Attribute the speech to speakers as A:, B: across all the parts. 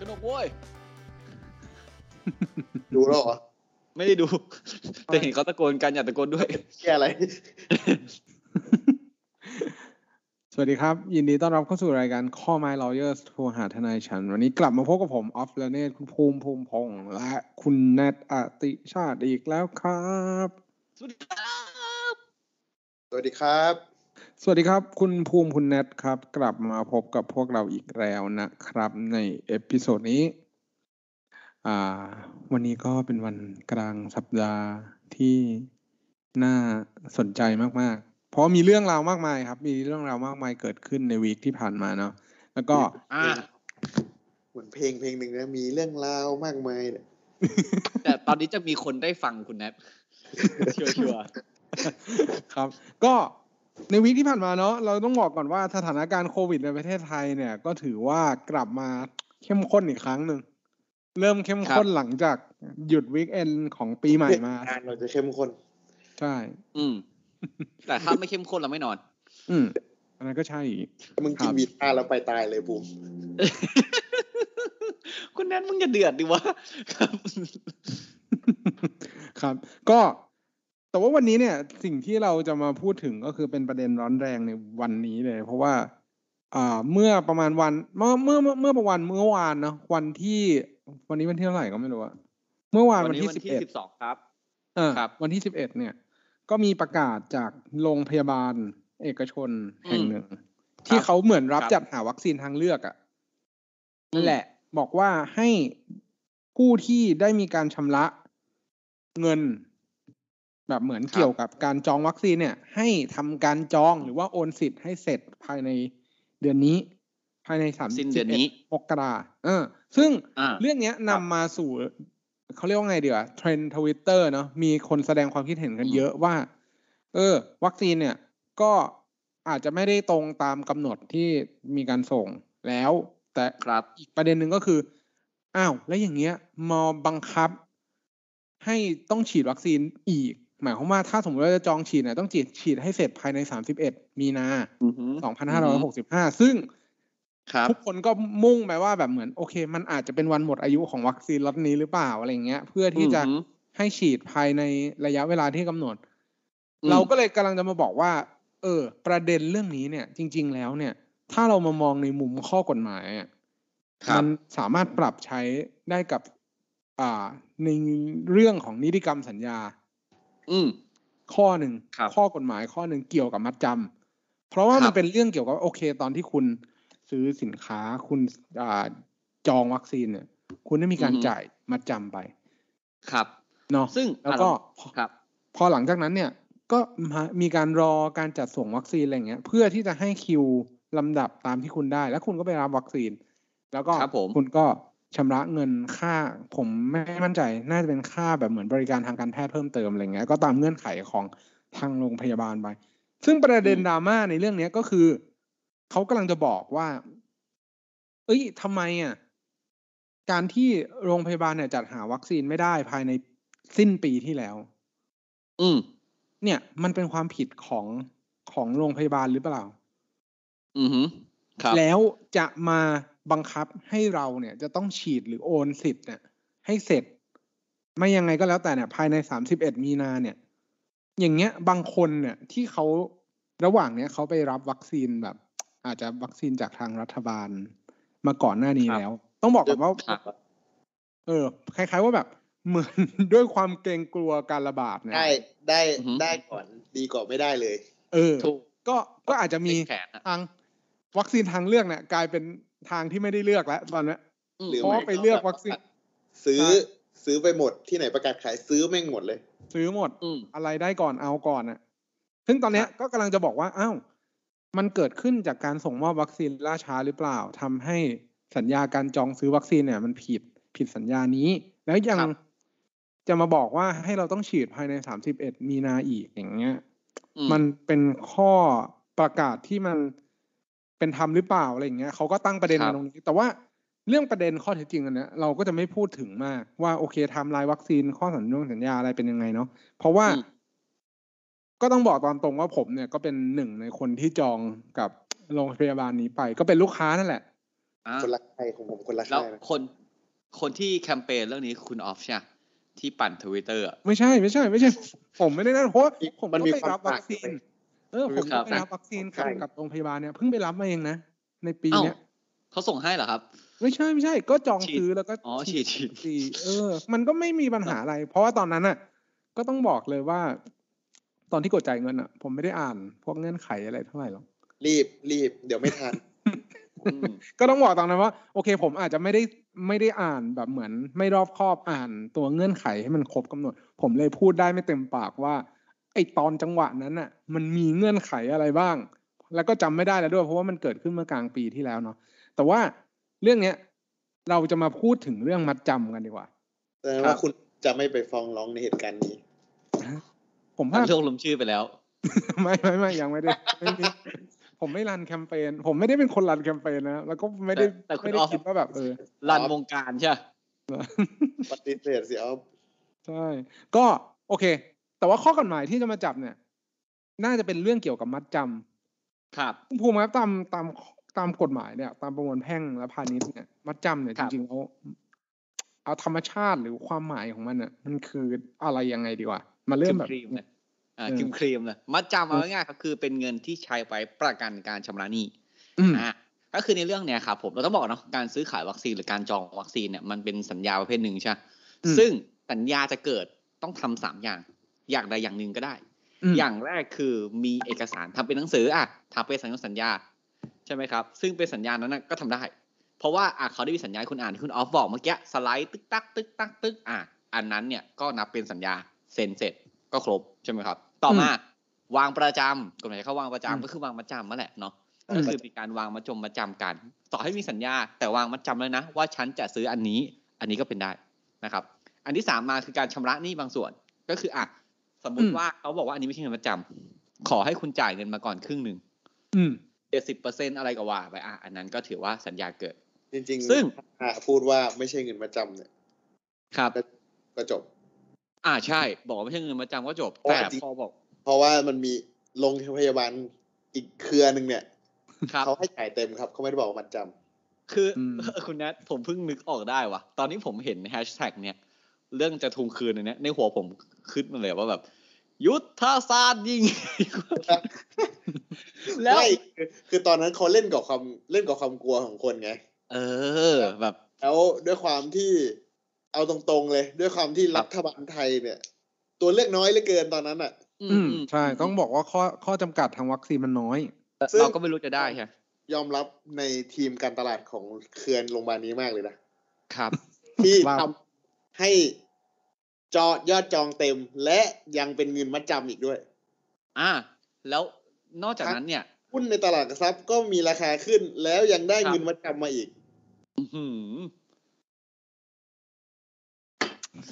A: สนุกเว้ย
B: ดูแล้วเหรอ
A: ไม่ได้ดู แต่เห็นเขาตะโกนกันอย่าตะโกนด้วย
B: แค่อะไร
C: สวัสดีครับ ยินดีต้อนรับเข้าสู่รายการข้อไม้ lawyers โทรหาทนายฉัน วันนี้กลับมาพบกับผมออฟและเนตคุณภูมิภูมิพงษ์และคุณแนทอติชาติอีกแล้วครับ
A: สวัสดีครับ
B: สวัสดีครับ
C: สวัสดีครับ คุณภูมิคุณแนทครับ กลับมาพบกับพวกเราอีกแล้วนะครับ ในเอพิโซดนี้อ่าวันนี้ก็เป็นวันกลางสัปดาห์ที่น่าสนใจมากๆ เพราะมีเรื่องราวมากมายครับ มีเรื่องราวมากมายเกิดขึ้นในวีคที่ผ่านมาเนาะแล้วก็
A: อ่า
B: เหมือนเพลงเพลงหนึ่งนะมีเรื่องราวมากมายเนี่ย
A: แต่ตอนนี้จะมีคนได้ฟังคุณแนทเชัวร์ชัวร์
C: ครับก็ในวีคที่ผ่านมาเนาะเราต้องบอกก่อนว่าสถานการณ์โควิดในประเทศไทยเนี่ย ก็ถือว่ากลับมาเข้มข้นอีกครั้งหนึ่ง เริ่มเข้มข้นหลังจากหยุดวีคเอนของปีใหม่มา
B: งานเราจะเข้มข้น
C: ใช่
A: ๆอืม แต่ถ้าไม่เข้มข้นเราไม่นอน
C: อืมอันนั้นก็ใช่อีก
B: ถ้ามึงกิน
C: ครับ
B: วีต้าแล้วไปตายเลยบูม
A: คุณแนทมึงอย่าเดือดดิวะครับ
C: ครับ ก็ แต่ว่าวันนี้เนี่ย สิ่งที่เราจะมาพูดถึงก็คือเป็นประเด็นร้อนแรงในวันนี้เลย เพราะว่า อ่า เมื่อประมาณวัน เมื่อเมื่อเมื่อเมื่อประวันเมื่อวานเนาะวันที่ วันนี้วันที่เท่าไหร่ก็ไม่รู้อะเมื่อวาน
A: วั
C: วัน น
A: นี้
C: ที่
A: วัน
C: สิบ
A: ที่
C: เอ็ด
A: สิบสองครับ
C: เออ
A: ครับ
C: วันที่สิบเอ็ดเนี่ย ก็มีประกาศจากโรงพยาบาลเอกชนแห่งหนึ่ง ที่เขาเหมือนรับ
A: ครับ
C: จัดหาวัคซีนทางเลือกอะ่ะนั่นแหละ บอกว่าให้ผู้ที่ได้มีการชำระเงิน แบบเหมือนเกี่ยวกับการจองวัคซีนเนี่ย ให้ทำการจองหรือว่าโอนสิทธิ์ให้เสร็จภายในเดือนนี้ ภายในสาม
A: สิ้นเดือนนี้
C: มกราเออ ซึ่ง
A: อ่า
C: เรื่องเนี้ย
A: ครับ
C: นำมาสู่เขาเรียกว่าไงดีวะเทรนทวิตเตอร์ Trend Twitter เนาะมีคนแสดงความคิดเห็นกัน
A: อืม
C: เยอะว่า เออ วัคซีนเนี่ย ก็อาจจะไม่ได้ตรงตามกำหนดที่มีการส่งแล้ว แต่
A: ครับ
C: อีกประเด็นหนึ่งก็คือ อ้าว แล้วอย่างเงี้ยมาบังคับ ให้ต้องฉีดวัคซีนอีก หมายความว่าถ้าสมมติว่าจะจองฉีดเนี่ยต้องฉีดฉีดให้เสร็จภายใน 31 มีนา
A: อือฮึ
C: 2565 ซึ่ง
A: ครับ
C: ทุกคนก็มุ่งไปว่าแบบเหมือนโอเค มันอาจจะเป็นวันหมดอายุของวัคซีนล็อตนี้หรือเปล่าอะไรเงี้ย เพื่อที่จะ
A: อือหือ
C: ให้ฉีดภายในระยะเวลาที่กำหนด
A: อืม
C: เราก็เลยกำลังจะมาบอกว่า เออ ประเด็นเรื่องนี้เนี่ย จริง ๆ แล้วเนี่ย ถ้าเรามามองในมุมข้อกฎหมายอะ
A: ครั
C: มั
A: บ
C: สามารถปรับใช้ได้กับ อ่าในเรื่องของนิติกรรมสัญญา
A: อืม
C: ข้อหนึ่ง
A: ครับ
C: ข้อกฎหมายข้อหนึ่งเกี่ยวกับมัดจำเพราะว่า
A: ครั
C: มัน
A: บ
C: เป็นเรื่องเกี่ยวกับโอเค ตอนที่คุณซื้อสินค้าคุณอ่าจองวัคซีนเนี่ย คุณได้มีการจ่ายมัดจำไป
A: ครับ
C: เนาะ
A: ซึ่ง
C: แล้วก็
A: อ่ะ
C: พอ
A: ครับ
C: พอหลังจากนั้นเนี่ย ก็มามีการรอการจัดส่งวัคซีนอะไรเงี้ย เพื่อที่จะให้คิวลำดับตามที่คุณได้ แล้วคุณก็ไปรับวัคซีน แล้วก็
A: ครับผม
C: คุณก็ชำระเงินค่า ผมไม่มั่นใจน่าจะเป็นค่าแบบเหมือนบริการทางการแพทย์เพิ่มเติมอะไรเงี้ยก็ตามเงื่อนไขของทางโรงพยาบาลไป ซึ่งประเด็นดราม่าในเรื่องเนี้ยก็คือ เขากำลังจะบอกว่า เอ้ยทำไมอ่ะการที่โรงพยาบาลเนี่ยจัดหาวัคซีนไม่ได้ภายในสิ้นปีที่แล้ว
A: อืม
C: เนี่ยมันเป็นความผิดของของโรงพยาบาลหรือเปล่า
A: อือฮึครับ
C: แล้วจะมาบังคับให้เราเนี่ยจะต้องฉีดหรือโอนสิทธิ์เนี่ยให้เสร็จ ไม่ยังไงก็แล้วแต่เนี่ยภายในสามสิบเอ็ดมีนาเนี่ย อย่างเงี้ยบางคนเนี่ยที่เขาระหว่างเนี้ยเขาไปรับวัคซีนแบบ อาจจะวัคซีนจากทางรัฐบาลมาก่อนหน้านี้
A: ครับ
C: แล้ว ต้องบอกก่อนว่า
A: ครับ
C: เออ คล้าย ๆว่าแบบเหมือน ด้วยความเกรงกลัวการระบาดเนี่ย
B: ได้ได้
A: อือหือ
B: ได้ก่อนดีกว่าไม่ได้เลย
C: เออ
A: ถูก
C: ก็ก็อาจจะมี
A: แขนอะ
C: ทางวัคซีนทางเลือกเนี่ย กลายเป็นทางที่ไม่ได้เลือกแล้วตอนเนี้ย
A: อืม
B: หรือ
C: เพราะว่าไปเลือกวัคซีน
B: ซื้อ
C: ใช่
B: ซื้อไปหมดที่ไหนประกาศขายซื้อแม่งหมดเลย
C: ซื้อหมด
A: อืม
C: อะไรได้ก่อนเอาก่อนน่ะ ซึ่งตอนเนี้ยก็กำลังจะบอกว่าอ้าวมันเกิดขึ้นจากการส่งมอบวัคซีนล่าช้าหรือเปล่าทำให้สัญญาการจองซื้อวัคซีนเนี่ย มันผิดผิดสัญญานี้ แล้วยัง
A: ครับ
C: จะมาบอกว่าให้เราต้องฉีดภายใน 31 มีนาอีกอย่างเงี้ย
A: อืม
C: มันเป็นข้อประกาศที่มันเป็นธรรมหรือเปล่าอะไรอย่างเงี้ยเขาก็ตั้งประเด็น
A: ครั
C: มา
A: บ
C: ตรงนี้ แต่ว่าเรื่องประเด็นข้อเท็จจริงอันเนี้ยเราก็จะไม่พูดถึงมากว่าโอเคไทม์ไลน์วัคซีนข้อสัญญงสัญญาอะไรเป็นยังไงเนาะเพราะว่า
A: อืม
C: ก็ต้องบอกตามตรงว่าผมเนี่ยก็เป็นหนึ่งในคนที่จองกับโรงพยาบาลนี้ไป ก็เป็นลูกค้านั่นแหละ
A: อ่ะ
B: คนละค่ายของผมคนละ
A: แล้ว
B: ค่ายนะ
A: คนคนที่แคมเปญเรื่องนี้คุณออฟใช่ปะที่ปั่นทวิตเตอร์
C: ไม่ใช่ไม่ใช่ ไม่ใช่ ผมไม่ได้นั่นเพราะผมก็ไปรับวัคซีน เออ ผม
A: ครั
C: ก็
A: บ
C: ไปรับวัคซีนกับกับโรงพยาบาลเนี่ยเพิ่งไปรับมาเองนะในปี
A: เอ้า
C: เนี้ย
A: เขาส่งให้เหรอครับ
C: ไม่ใช่ไม่ใช่ ก็จอง
A: ฉีด
C: ซื้อแล้วก็
A: อ๋อฉีด
C: ฉีดเออ มันก็ไม่มีปัญหาอะไร เพราะว่าตอนนั้นอ่ะ ก็ต้องบอกเลยว่า ตอนที่กดจ่ายเงินอ่ะ ผมไม่ได้อ่าน พวกเงื่อนไขอะไรเท่าไหร่หรอก
B: รีบรีบ เดี๋ยวไม่ ทัน
A: อืม
C: ก็ต้องบอกตามนั้นว่าโอเค ผมอาจจะไม่ได้ไม่ได้อ่านแบบเหมือน ไม่รอบคอบอ่านตัวเงื่อนไขให้มันครบกำหนด ผมเลยพูดได้ไม่เต็มปากว่า ไอตอนจังหวะนั้นน่ะ มันมีเงื่อนไขอะไรบ้าง แล้วก็จำไม่ได้แล้วด้วยเพราะว่ามันเกิดขึ้นเมื่อกลางปีที่แล้วเนาะแต่ว่าเรื่องเนี้ยเราจะมาพูดถึงเรื่องมัดจำกันดีกว่า
B: แต่
A: ครั
B: ว่า
A: บ
B: คุณจะไม่ไปฟ้องร้องในเหตุการณ์นี้
C: ผม
A: มั
C: ว่า
A: น ลงลมชื่อไปแล้ว
C: ไม่ไม่ไม่ยังไม่ได้ไม่มีผมไม่รันแคมเปญผมไม่ได้เป็นคนรันแคมเปญนะแล้วก็ไม่ได้
A: แต่แต่คุณ
C: ไม่ได้
A: ออฟ
C: คิดว่าแบบเออ
A: รันวงการใช่ปะ
B: ปฏิเสธสิออฟ
C: ใช่ ก็โอเค แต่ว่าข้อกฎหมายที่จะมาจับเนี่ย น่าจะเป็นเรื่องเกี่ยวกับมัดจ
A: ครับ
C: ำคุณภูมิครับตามตามตามกฎหมายเนี่ย ตามประมวลแพ่งและพาณิชย์เนี่ย มัดจำเนี่ย
A: ค
C: จ
A: รับ
C: ริงๆเอาเอาธรรมชาติหรือความหมายของมันเนี่ยมันคืออะไรยังไงดีวะมา
A: ค
C: เริ่
A: รีม
C: มแบบ
A: ครีมเลยอ่า
C: เออ
A: ครีมครีมเลยมัดจำเอาง่ายๆครับคือเป็นเงินที่ใช้ไว้ประกันการชำระหนี้
C: อืม
A: อ่ะก็คือในเรื่องเนี่ยครับผมเราต้องบอกเนาะการซื้อขายวัคซีนหรือการจองวัคซีนเนี่ยมันเป็นสัญญาประเภทหนึ่งใช่ปะซึ่งสัญญาจะเกิดต้องทำสามอย่าง อย่างใดอย่างหนึ่งก็ได้
C: ม
A: อย่างแรกคือมีเอกสารทำเป็นหนังสืออ่ะทำเป็นสัญญาสัญญาใช่ไหมครับ ซึ่งเป็นสัญญานั้นนะก็ทำได้ เพราะว่าอ่ะเขาได้มีสัญญาให้คุณอ่านที่คุณออฟบอกเมื่อกี้สไลด์ตึกตักตึกตักตึกอ่ะอันนั้นเนี่ยก็นับเป็นสัญญาเซ็นเสร็จก็ครบใช่ไหมครับ ต่อมา วางประจำกฎหมายเขาวางประจำก็คือวางประจำนั่นแหละเนาะก็คือมีการวางมาจมมาจำกัน ต่อให้มีสัญญาแต่วางมาจำแล้วนะ ว่าฉันจะซื้ออันนี้ อันนี้ก็เป็นได้นะครับ อันที่สามมาคือการชำระหนี้บางส่วน ก็คืออ่ะสมมุติว่าเขาบอกว่าอันนี้ไม่ใช่เงินประจำขอให้คุณจ่ายเงินมาก่อนครึ่งหนึ่ง
C: อืม
A: เจ็ดสิบเปอร์เซ็นอะไรก็ว่าไปอ่ะอันนั้นก็ถือว่าสัญญาเกิด
B: จริง
A: ซึ่ง
B: ถ้าพูดว่าไม่ใช่เงินประจำเนี่ย
A: ครับ
B: ก็จบ
A: อ่าใช่ บอกว่าไม่ใช่เงินประจำก็จบ
B: โอ้
A: แต่
B: จริง
A: พอ บอก
B: เพราะว่ามันมีโรงพยาบาลอีกเครือหนึ่งเนี่ย
A: ครับ
B: เขาให้จ่ายเต็มครับเขาไม่ได้บอกว่ามัดจ
A: คืออ
C: ม
A: คุณแนทผมเพิ่งนึกออกได้ว่ะ ตอนนี้ผมเห็นแฮชแท็กเนี่ย เรื่องจะทวงคืนอันเนี้ยในหัวผมขึ้นมาเลยว่าแบบ ยุทธศาสตร์ยิง
B: ำ
A: แล้ว
B: ไม่คือคือตอนนั้นเขาเล่นกับความเล่นกับความกลัวของคนไง
A: เออ แบบ
B: แล้วด้วยความที่เอาตรงๆเลย ด้วยความที่
A: ครั
B: รับ ฐบาลไทยเนี่ย ตัวเลือกน้อยเหลือเกินตอนนั้นอ่ะ
A: อื
C: อื
A: ม
C: ม
A: อืม
C: ใช่ ต้องบอกว่าข้อข้อจำกัดทางวัคซีนมันน้อย
B: ซึ่ง
A: เราก็ไม่รู้จะได้ใช่ไหม
B: ยอมรับในทีมการตลาดของเครือโรงพยาบาลนี้มากเลยนะครับ ที่
C: ว้าว
B: ทำให้จอยอดจองเต็ม และยังเป็นเงินมัดจำอีกด้วย
A: อ่า แล้วนอกจากนั้นเนี่ย
B: หุ้นในตลาดหลักทรัพย์ก็มีราคาขึ้น แล้วยังได้
A: ครับ
B: เงินมัดจำมาอีก
A: อื้อหือ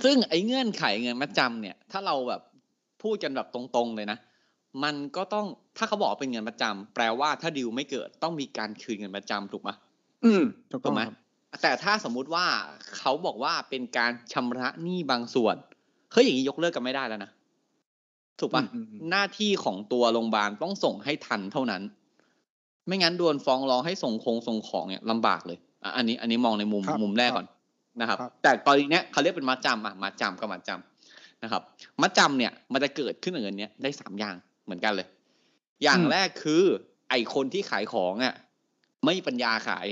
A: ซึ่งไอ้เงื่อนไขเงินมัดจำเนี่ย ถ้าเราแบบพูดกันแบบตรงๆเลยนะ มันก็ต้องถ้าเขาบอกว่าเป็นเงินมัดจำแปลว่าถ้าดิวไม่เกิดต้องมีการคืนเงินมัดจำถูกไหม
C: อืมถูก
A: ถู
C: ต้อก ง
A: ไหม
C: ครับ
A: แต่ถ้าสมมุติว่าเขาบอกว่าเป็นการชำระหนี้บางส่วนเฮ้ยอย่างนี้ยกเลิกกันไม่ได้แล้วนะถูกปะ
C: อืมอืม
A: หน้าที่ของตัวโรงพยาบาลต้องส่งให้ทันเท่านั้น ไม่งั้นโดนฟ้องร้องให้ส่งคงส่งของเนี่ยลำบากเลยอ่ะอันนี้อันนี้มองในมุม
C: ครับ
A: มุมแรก
C: ค
A: ก่
C: บ
A: อนนะครับ
C: ครับ
A: แต่กรณีเนี้ยเขาเรียกเป็นมัดจำอ่ะมัดจำกับมัดจำนะครับ มัดจำเนี่ยมันจะเกิดขึ้นกับเงินเนี้ยได้สามอย่างเหมือนกันเลย อย่างแรกคือ ไอคนที่ขายของอ่ะไม่มีปัญญาขาย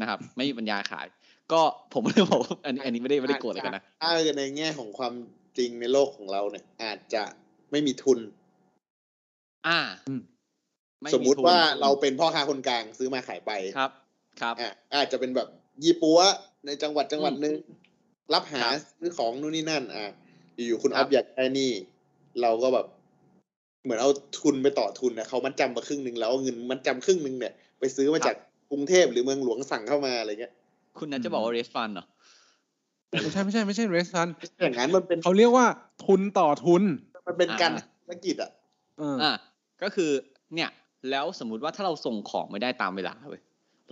A: นะครับ ไม่มีปัญญาขาย ก็ผมไม่ได้บอกว่าอันนี้อันนี้ไม่ได้ไม่ได้โกรธอะไรกันนะ
B: ถ้าในแง่ของความจริงในโลกของเราเนี่ย อาจจะไม่มีทุน
A: อ่า
C: อืม
A: ไ
B: สมมุติ
A: ทุน
B: ว่าเราเป็นพ่อค้าคนกลางซื้อมาขายไป
A: ครับ ครับ
B: อ่ะอาจจะเป็นแบบยี่ปัวในจังหวัดจังหวัดหนึ่งรับหา
A: ครับ
B: ซื้อของนู่นนี่นั่น อ่ะอยู่ๆคุณ
A: ค
B: อ
A: รั
B: อบ ฟอยากได้นี่ เราก็แบบ เหมือนเอาทุนไปต่อทุนนะเขามัดจำมาครึ่งหนึ่งแล้วเอาเงินมัดจำครึ่งหนึ่งเนี่ย ไปซื้อมาจากกรุงเทพหรือเมืองหลวงสั่งเข้ามาอะไรเงี้ย
A: คุณนัทจะบอกว่าเรสฟันเหรอ
C: ไม่ใช่ไม่ใช่ไม่ใช่เรสทัน
B: อย่างนั้นมันเป็น
C: เขาเรียกว่าทุนต่อทุน
B: มันเป็นการ
A: อ่า
B: ธุรกิจอ่ะ
C: เออ
A: อ่ะก็คือเนี่ยแล้วสมมุติว่าถ้าเราส่งของไม่ได้ตามเวลาเว้ย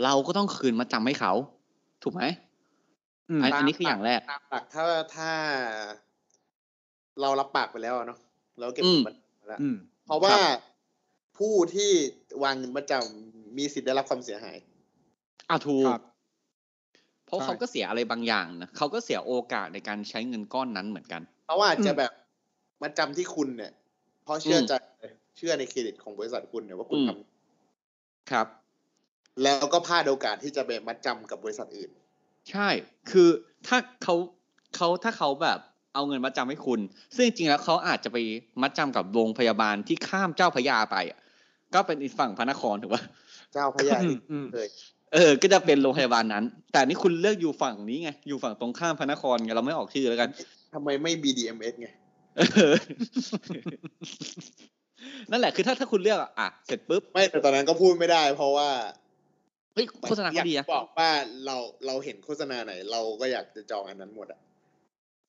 A: เราก็ต้องคืนมาจำให้เขา ถูกไหม
C: อืม
A: อันอันนี้คืออย่างแรก
B: ตามหลักถ้าถ้า เรารับปากไปแล้วอะเนาะเราเก็บ
A: อืม
B: มันมาแล้ว
C: อืม
B: เพราะว่าผู้ที่วางเงินประจำมีสิทธิ์ได้รับความเสียหาย
A: อ่ะถูก
C: ครับ
A: เพราะ
C: ใช่
A: เขาก็เสียอะไรบางอย่างนะเขาก็เสียโอกาสในการใช้เงินก้อนนั้นเหมือนกัน
B: เพราะว่าอาจจะ
C: อืม
B: แบบมาจำที่คุณเนี่ย เพราะเชื่อ
A: ม
B: อใจเชื่อในเครดิตของบริษัทคุณเนี่ยว่าคุณ
A: อืม
B: ทำ
A: ครับ
B: แล้วก็พลาดโอกาสที่จะไปมัดจำกับบริษัทอื่น
A: ใช่ คือถ้าเขาเขาถ้าเขาแบบเอาเงินมาจำให้คุณ ซึ่งจริงๆแล้วเขาอาจจะไปมัดจำกับโรงพยาบาลที่ข้ามเจ้าพระยาไปอะก็เป็นอีกฝั่งพระนครถูกปะ
B: เจ้าพระยา
C: อื
B: อี
C: ม
B: ก
C: อืม
B: เลย
A: เออ ก็จะเป็นโรงพยาบาลนั้น แต่นี่คุณเลือกอยู่ฝั่งนี้ไง อยู่ฝั่งตรงข้ามพระนครไง เราไม่ออกชื่อแล้วกัน
B: ทำไมไม่ BDMS ไง
A: เออ นั่นแหละ คือถ้าถ้าคุณเลือกอะอ่ะ เสร็จปุ๊บ
B: ไม่แต่ตอนนั้นก็พูดไม่ได้ เพราะว่า
A: เฮ้ย โฆษณาเขาดี
B: อย
A: นะ
B: กบอกว่าเราเราเห็นโฆษณาไหน เราก็อยากจะจองอันนั้นหมดอะ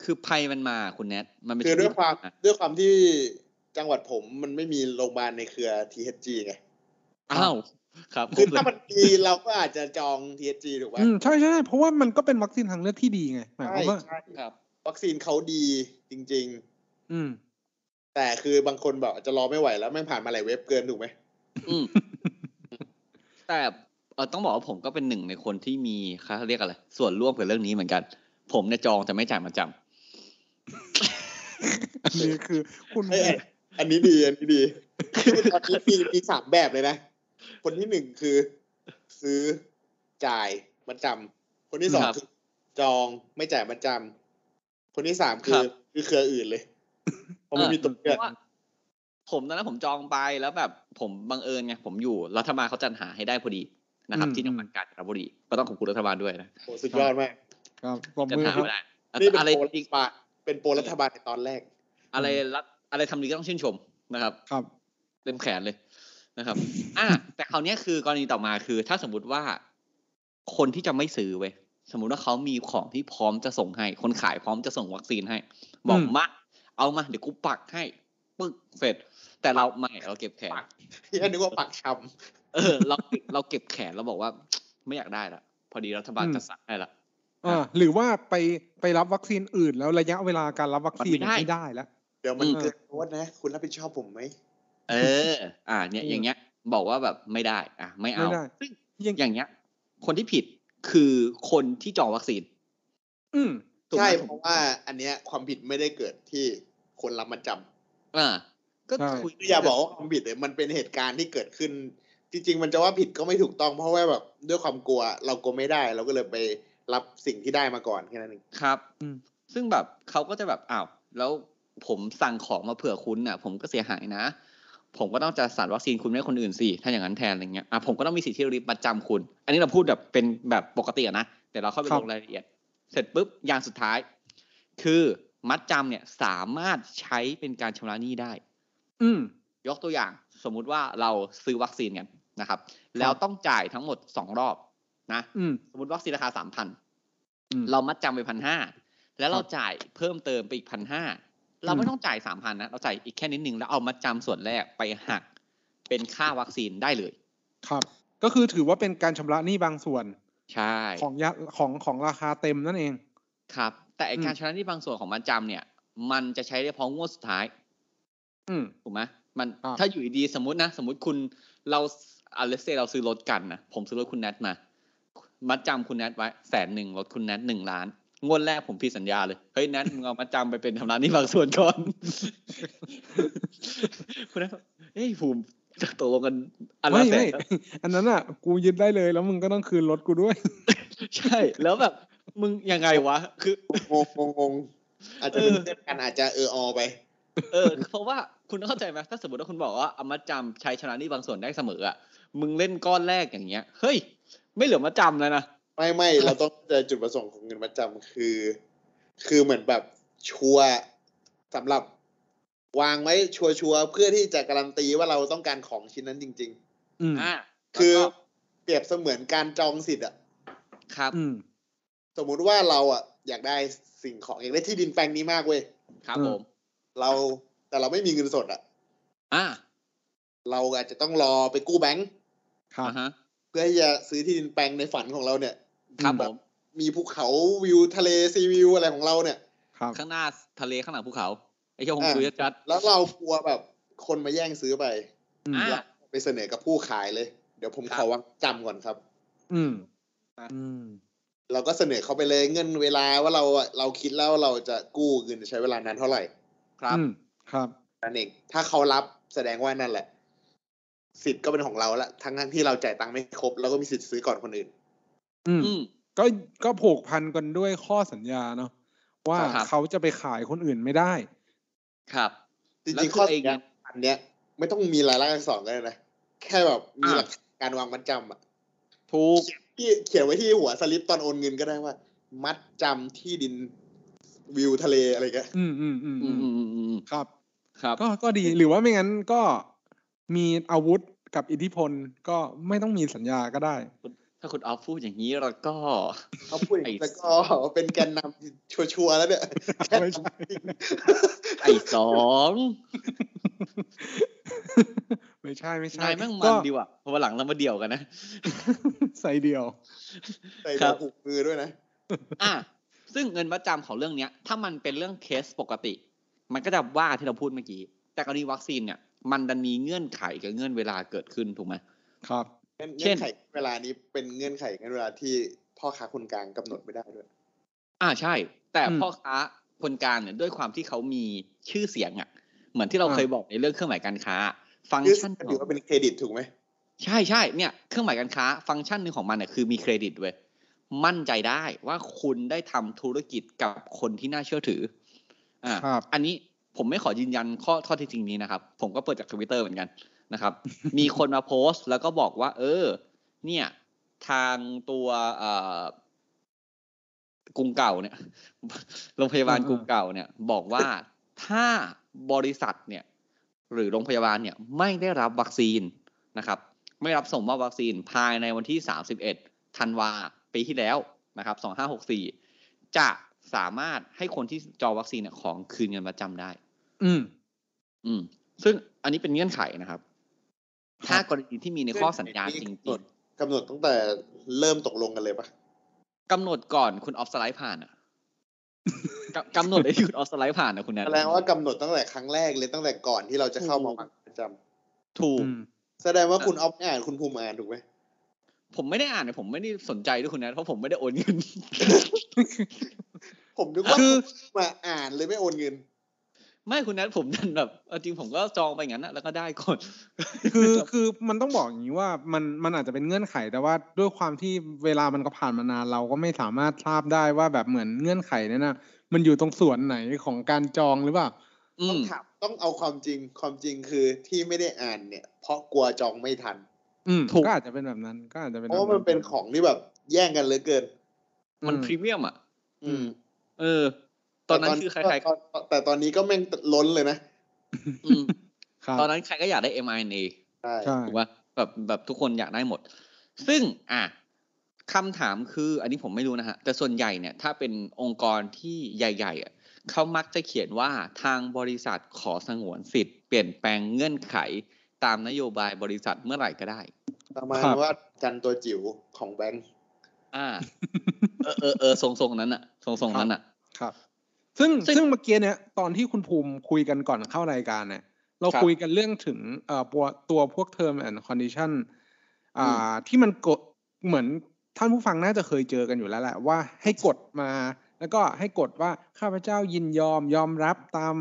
A: คือภัยมันมาคุณแนท มันเป็น
B: คือด้วยความ
A: อ่ะ
B: ด้วยความที่จังหวัดผมมันไม่มีโรงพยาบาลในเครือ THG ไง
A: อ้าว ครับ
B: คือ
A: คร
B: ถ้า
A: บ
B: มันมีเราก็อาจจะจอง THG ถูกป่ะ
C: อืมใช่ใช่เพราะว่ามันก็เป็นวัคซีนทางเลือกที่ดีไงหมาย
B: ใช่
C: ความว่า
B: ใช่
A: ครับ
B: วัคซีนเขาดีจริง
C: อืม
B: ๆ แต่คือบางคนบอกอาจจะรอไม่ไหวแล้วแม่งผ่านมาหลายเว็บเกินถูกไหม
A: อืม แต่เออต้องบอกว่าผมก็เป็นหนึ่งในคนที่มีเขาเรียกอะไร ส่วนร่วมกับเรื่องนี้เหมือนกัน ผมเนี่ยจองแต่ไม่จ่ายมาจำ
C: อันนี้คือคุณ
B: เอ้ยอันอันนี้ดีอันนี้ดีคือตอนนี้มีมีสามแบบเลยนะ คนที่หนึ่งคือ ซื้อจ่ายมันจำคนที่สอง
A: ครับ
B: คือจองไม่จ่ายมันจำคนที่สามคื
A: ครั
B: อบ คือเครืออื่นเลยเพราะมันมีตัวเลื
A: เพ
B: อก
A: ราะว่าผมตอนนั้นผมจองไปแล้วแบบผมบังเอิญไงผมอยู่รัฐบาลเขาจัดหาให้ได้พอดีนะครับ ที่จังหวัดกาญจนบุรีก็ต้องขอบคุณรัฐบาลด้วยนะ
B: โหสุดยอดมาก
C: ครับปรบ
A: จัด
C: มือ
A: หา
C: ครับ
A: มาได้
B: นี่เป็น
A: อะไร
B: โปรรั
A: อีก
B: ฐบาลเป็นโปรรัฐบาลในตอนแรก
A: อะไรรัฐอะไรทำดีก็ต้องชื่นชมนะครับ
C: ครับ
A: เต็มแขนเลยนะครับ อ่ะแต่คราวเนี้ยคือกรณีต่อมาคือ ถ้าสมมติว่าคนที่จะไม่ซื้อเว้ยสมมุติว่าเขามีของที่พร้อมจะส่งให้ คนขายพร้อมจะส่งวัคซีนให้ บอก
C: อืม
A: มาเอามาเดี๋ยวกูปักให้ปึ๊กเสร็จ แต่เราไม่เราเก็บแขน
B: ปัก ที่นึกว่าปักชำ
A: เออเราเราเก็บแขนเราบอกว่า ไม่อยากได้ละพอดีรัฐบาล
C: อืม
A: จะสั่งให้ละ
C: อ่าหรือว่าไปไปรับวัคซีนอื่น แล้วระยะเวลาการรับวัคซีน
A: มันไม่
C: ไม่
A: ได้
C: ได้แล้ว
B: เดี๋ยวมัน
A: อืม
B: เกินโทษนะ คุณรับผิดชอบผมไหม
A: เออ อ่า เนี่ย
C: อืม
A: อย่างเงี้ย บอกว่าแบบไม่ได้ อ่ะไม่เอา
C: ไม่ได้
A: ซึ่ง
C: ยัง
A: อย่างเงี้ย คนที่ผิดคือคนที่จองวัคซีน
C: อืม
A: ถูกไห
B: ใช่
A: ม
B: เพราะว่าอันเนี้ยความผิดไม่ได้เกิดที่คนรับมันจำ
A: อ่าก็
C: ใช่
A: คุย
B: คืออย่าบอกว่าความผิดเลยมันเป็นเหตุการณ์ที่เกิดขึ้น จริง ๆ มันจะว่าผิดก็ไม่ถูกต้องเพราะว่าแบบด้วยความกลัวเรากลัวไม่ได้ เราก็เลยไปรับสิ่งที่ได้มาก่อนแค่นั้นเอง
A: ครับ
C: อืม
A: ซึ่งแบบเขาก็จะแบบอ้าวแล้วผมสั่งของมาเผื่อคุณน่ะ ผมก็เสียหายนะ ผมก็ต้องจะสั่งวัคซีนคุณให้คนอื่นสิถ้าอย่างนั้นแทนอะไรเงี้ยอ่ะผมก็ต้องมีสิทธิริบประจำคุณ อันนี้เราพูดแบบเป็นแบบปกติอะนะแต่เราเข้าไป
C: ครั
A: ล
C: บ
A: งรายละเอียด เสร็จปุ๊บอย่างสุดท้าย คือมัดจำเนี่ยสามารถใช้เป็นการชำระหนี้ได้
C: อืม
A: ยกตัวอย่างสมมุติว่าเราซื้อวัคซีนกันนะครับ แล้วต้องจ่ายทั้งหมดสองรอบนะ
C: อืม
A: สมมติวัคซีนราคาสามพัน
C: อืม
A: เรามัดจำไปพันห้า แล้วเรา
C: ครับ
A: จ่ายเพิ่มเติมไปอีกพันห้า เราไม่
C: อืม
A: ต้องจ่ายสามพันนะ เราจ่ายอีกแค่นิดนึง แล้วเอามัดจำส่วนแรกไปหัก เป็นค่าวัคซีนได้เลย
C: ครับ ก็คือถือว่าเป็นการชำระหนี้บางส่วน
A: ใช่
C: ของยะของของราคาเต็มนั่นเอง
A: ครับ แต่ไอ
C: อืม
A: การชำระหนี่บางส่วนของมัดจำเนี่ย มันจะใช้ได้เฉพองงวดสุดท้าย
C: อืม
A: ถูกไหมมัน
C: ครับ
A: ถ้าอยู่ดีๆสมมตินะ สมมติคุณเราอาเลเซเราซื้อรถกันนะ ผมซื้อรถคุณแนทมา มัดจำคุณแนทไว้แสนหนึ่งรถคุณแนทหนึ่งล้าน งวดแรกผมผิดสัญญาเลย เฮ้ยแนทมึงเอามัดจำไปเป็นทำร้านหนี้บางส่วนก่อน คุณแนทบอกเฮ้ยผมตกลงกันอันละ
C: ไม่
A: แส
C: ไม่
A: น
C: อันนั้นอ่ะ กูยึดได้เลยแล้วมึงก็ต้องคืนรถกูด้วย
A: ใช่ แล้วแบบ มึงยังไงวะ คือ
B: งงงงงงอาจจะเป็นเพื่อนกันอาจจะเอออไป
A: เออ เพราะว่าคุณเข้าใจไหมถ้าสมมติว่าคุณบอกว่าเอามัดจำใช้ชำระหนี้บางส่วนได้เสมออ่ะ มึงเล่นก้อนแรกอย่างเงี้ย เฮ้ย ไม่เหลือมัดจำแล้วนะ
B: ไม่ไม่ เราต้องเจอจุดประสงค์ของเงินประจำคือ คือเหมือนแบบชัวร์สำหรับวางไว้ชัวชัวร์ๆเพื่อที่จะการันตีว่าเราต้องการของชิ้นนั้นจริง
C: อืม
A: อ่า
B: ๆ คือ
A: แล้วก็
B: เปรียบเสมือนการจองสิทธิ์อะ
A: ครับ
C: อืม
B: สมมุติว่าเราอะ อยากได้สิ่งของอยากได้ที่ดินแปลงนี้มากเว้ย
A: ครับผม
B: เราแต่เราไม่มีเงินสดอะ
A: อ่า
B: เราอาจจะต้องรอไปกู้แบงก์
C: ครั
A: อ่า
C: บ
A: ฮะ
B: เพื่อที่จะซื้อที่ดินแปลงในฝันของเราเนี่ย
A: ครับผม
B: มีภูเขาวิวทะเลซีวิวอะไรของเราเนี่ย
C: ครับ
A: ข้างหน้าทะเลข้างหลังภูเขาไอ้เจ้าคง
B: อ่า
A: คุยชัดๆ
B: แล้วเรากลัวแบบคนมาแย่งซื้อไป
A: อ่า
B: ไปเสนอกับผู้ขายเลย เดี๋ยวผม
A: ครับ
B: ขอวางจำก่อนครับ
C: อืมอืม
B: เราก็เสนอเขาไปเลยเงินเวลาว่าเราอะเราคิดแล้วเราจะกู้เงินจะใช้เวลานานเท่าไหร่
A: ครับ
C: อืมครับ
B: นั่นเองถ้าเขารับแสดงว่านั่นแหละ สิทธิ์ก็เป็นของเราละทั้งทั้งๆที่เราจ่ายตังค์ไม่ครบเราก็มีสิทธิ์ซื้อก่อนคนอื่น
C: อืม
A: อืม
C: ก็ก็ผูกพันกันด้วยข้อสัญญาเนาะว่า
A: ครับ
C: เขาจะไปขายคนอื่นไม่ได้
A: ครับ
B: จ
A: แล้ว
B: ริง
A: คือ
B: ๆข้อ
A: ไอ้
B: สัญ
A: เงิ
B: ญาน อันเนี้ย ไม่ต้องมีรายละอักษรก็ได้นะแค่แบบมีหลักฐานการวางมัดจำอะ
A: ถูก
B: ที่เขียนไว้ที่หัวสลิปตอนโอนเงินก็ได้ว่า มัดจำที่ดินวิวทะเลอะไรเงี้ย
C: อืมอืมอืม
A: อื
C: อื
A: ม
C: ม
A: อืมอืมอืม
C: ครับ
A: ครับ
C: ก็ก็ดีหรือว่าไม่งั้นก็มีอาวุธกับอิทธิพลก็ไม่ต้องมีสัญญาก็ได้
A: ถ้าคุณออฟพูดอย่างนี้เราก็
B: เขาพูดอย่างนี้
A: ไอ้
B: แล้วก็เป็นแกนนำชัวร์ ๆแล้วเนี่ยแค่
C: ไม่ใช่
B: จริง
A: ไอ้สอง
C: ไม่ใช่ไม่ใช่
A: นายแม่งมันดีว่ะเพราะวันหลังเรามาเดี่ยวกันนะ
C: ใส่เดียว
B: ใส่
A: ครับ
B: เดี๋ยวผูกมือด้วยนะ
A: อ่ะซึ่งเงินประจำของเรื่องเนี้ย ถ้ามันเป็นเรื่องเคสปกติ มันก็จะว่าที่เราพูดเมื่อกี้ แต่กรณีวัคซีนเนี่ย มันดันมีเงื่อนไขกับเงื่อนเวลาเกิดขึ้นถูกไหม
C: ครับ
A: เช่
B: เงื่
A: น
B: อนไขเวลานี้เป็นเงื่อนไขเงื่อนเวลาที่พ่อค้าคนกลางกำหนดไม่ได้ด้วย
A: อ่าใช่ แต่
C: อืม
A: พ่อค้าคนกลางเนี่ยด้วยความที่เขามีชื่อเสียงอะ่ะ เหมือนที่เรา
C: อ่า
A: เคยบอกในเรื่องเครื่องหมายการค้า ฟัง
B: คือ
A: ก์ชันขอ
B: ถือง ว่าเป็นเครดิตถูกไหม
A: ใช่ใช่เนี่ยเครื่องหมายการค้า ฟังก์ชันหนึ่งของมันเนี่ยคือมีเครดิตเว้ยมั่นใจได้ว่าคุณได้ทำธุรกิจกับคนที่น่าเชื่อถืออ่า
C: ครับ
A: อันนี้ผมไม่ขอยืนยันข้อข้อเที่จริงนี้นะครับ ผมก็เปิดจากทวิตเตอร์เหมือนกันนะครับ มีคนมาโพสต์ แล้วก็บอกว่า เออ เนี่ย ทางตัวเอ่อกรุงเก่าเนี่ย โรงพยาบาล
C: อ่าๆ
A: กรุงเก่าเนี่ย บอกว่าถ้าบริษัทเนี่ย หรือโรงพยาบาลเนี่ยไม่ได้รับวัคซีนนะครับ ไม่รับส่งมอบวัคซีนภายในวันที่ 31ธันวาปีที่แล้วนะครับ 2564 จะสามารถให้คนที่จองวัคซีนเนี่ยของคืนเงินประจำได้
C: อืม
A: อืม ซึ่งอันนี้เป็นเงื่อนไขนะครับ ถ้ากรณีที่มีในข้อสัญญาจริง
B: เงื่อนไขนี้ กำหนดตั้งแต่เริ่มตกลงกันเลยปะ
A: ๆกำหนดก่อนคุณออฟสไลด์ผ่านอ่ะกำกำหนดไอ้ที่คุณออฟสไลด์ผ่านนะคุณแนท
B: แสดงว่ากำหนดตั้งแต่ครั้งแรกเลยตั้งแต่ก่อนที่เราจะเข้ามาวังประจำ
A: ถูก
C: อืม
B: แสดงว่าคุณออฟไม่อ่านคุณภูมิอ่านถูกไหม
A: ผมไม่ได้อ่านเนี่ยผมไม่ได้สนใจด้วยคุณแนทเพราะผมไม่ได้โอนเงิน
B: ผมนึกว่า
C: คื
B: คือ อมาอ่านเลยไม่โอนเงิน
A: ไม่คุณแนทผมดันแบบเอาจริงผมก็จองไปอย่างนั้นนะแล้วก็ได้ก่อน
C: คือคือมันต้องบอกอย่างนี้ว่ามันมันอาจจะเป็นเงื่อนไขแต่ว่าด้วยความที่เวลามันก็ผ่านมานานเราก็ไม่สามารถทราบได้ว่าแบบเหมือนเงื่อนไขเนี่ยนะมันอยู่ตรงส่วนไหนของการจองหรือเปล่า
A: อืม
B: ต้องเอาความจริงความจริงคือที่ไม่ได้อ่านเนี่ย เพราะกลัวจองไม่ทัน
C: อืม
A: ถูก
C: ก็อาจจะเป็นแบบนั้นก็อาจจะเป็น
B: เพราะว่ามันเป็นของที่แบบแย่งกันเหลือเกิน
A: มัน
C: อื
A: พรีเมียมอ่ะ
B: อืม
A: เออ ตอนนั้นคือใคร
B: แต่ตอนแต่ตอนนี้ก็แม่งล้นเลยนะ
A: ๆอืม
C: ครับ
A: ตอนนั้นใครก็อยากได้ mRNA
B: ใช่
C: ใช่
A: ถูกป่ะแบบแบบทุกคนอยากได้หมด ซึ่งอ่ะคำถามคือ อันนี้ผมไม่รู้นะฮะ แต่ส่วนใหญ่เนี่ย ถ้าเป็นองค์กรที่ใหญ่ ๆอ่ะเขามักจะเขียนว่าทางบริษัทขอสงวนสิทธิ์ เปลี่ยนแปลงเงื่อนไข ตามนโยบายบริษัทเมื่อไหร่ก็ได้
B: ประมาณ
C: ครับ
B: ว่าจันตัวจิ๋วของแบงค์
A: อ่า เออเออเออทรงทรงๆนั้นอ่ะทรงทรงๆนั้นอ่ะ
C: ครับ ซึ่ง
A: ซึ่ง
C: ซึ่งเมื่อกี้เนี่ยตอนที่คุณภูมิคุยกันก่อนเข้ารายการเนี่ยเรา
A: ครับ
C: คุยกันเรื่องถึงเอ่อตัวตัวพวก term and condition อ่าที่มันกดเหมือนท่านผู้ฟังน่าจะเคยเจอกันอยู่แล้วแหละว่าให้กดมา แล้วก็ให้กดว่าข้าพเจ้ายินยอมยอมรับตาม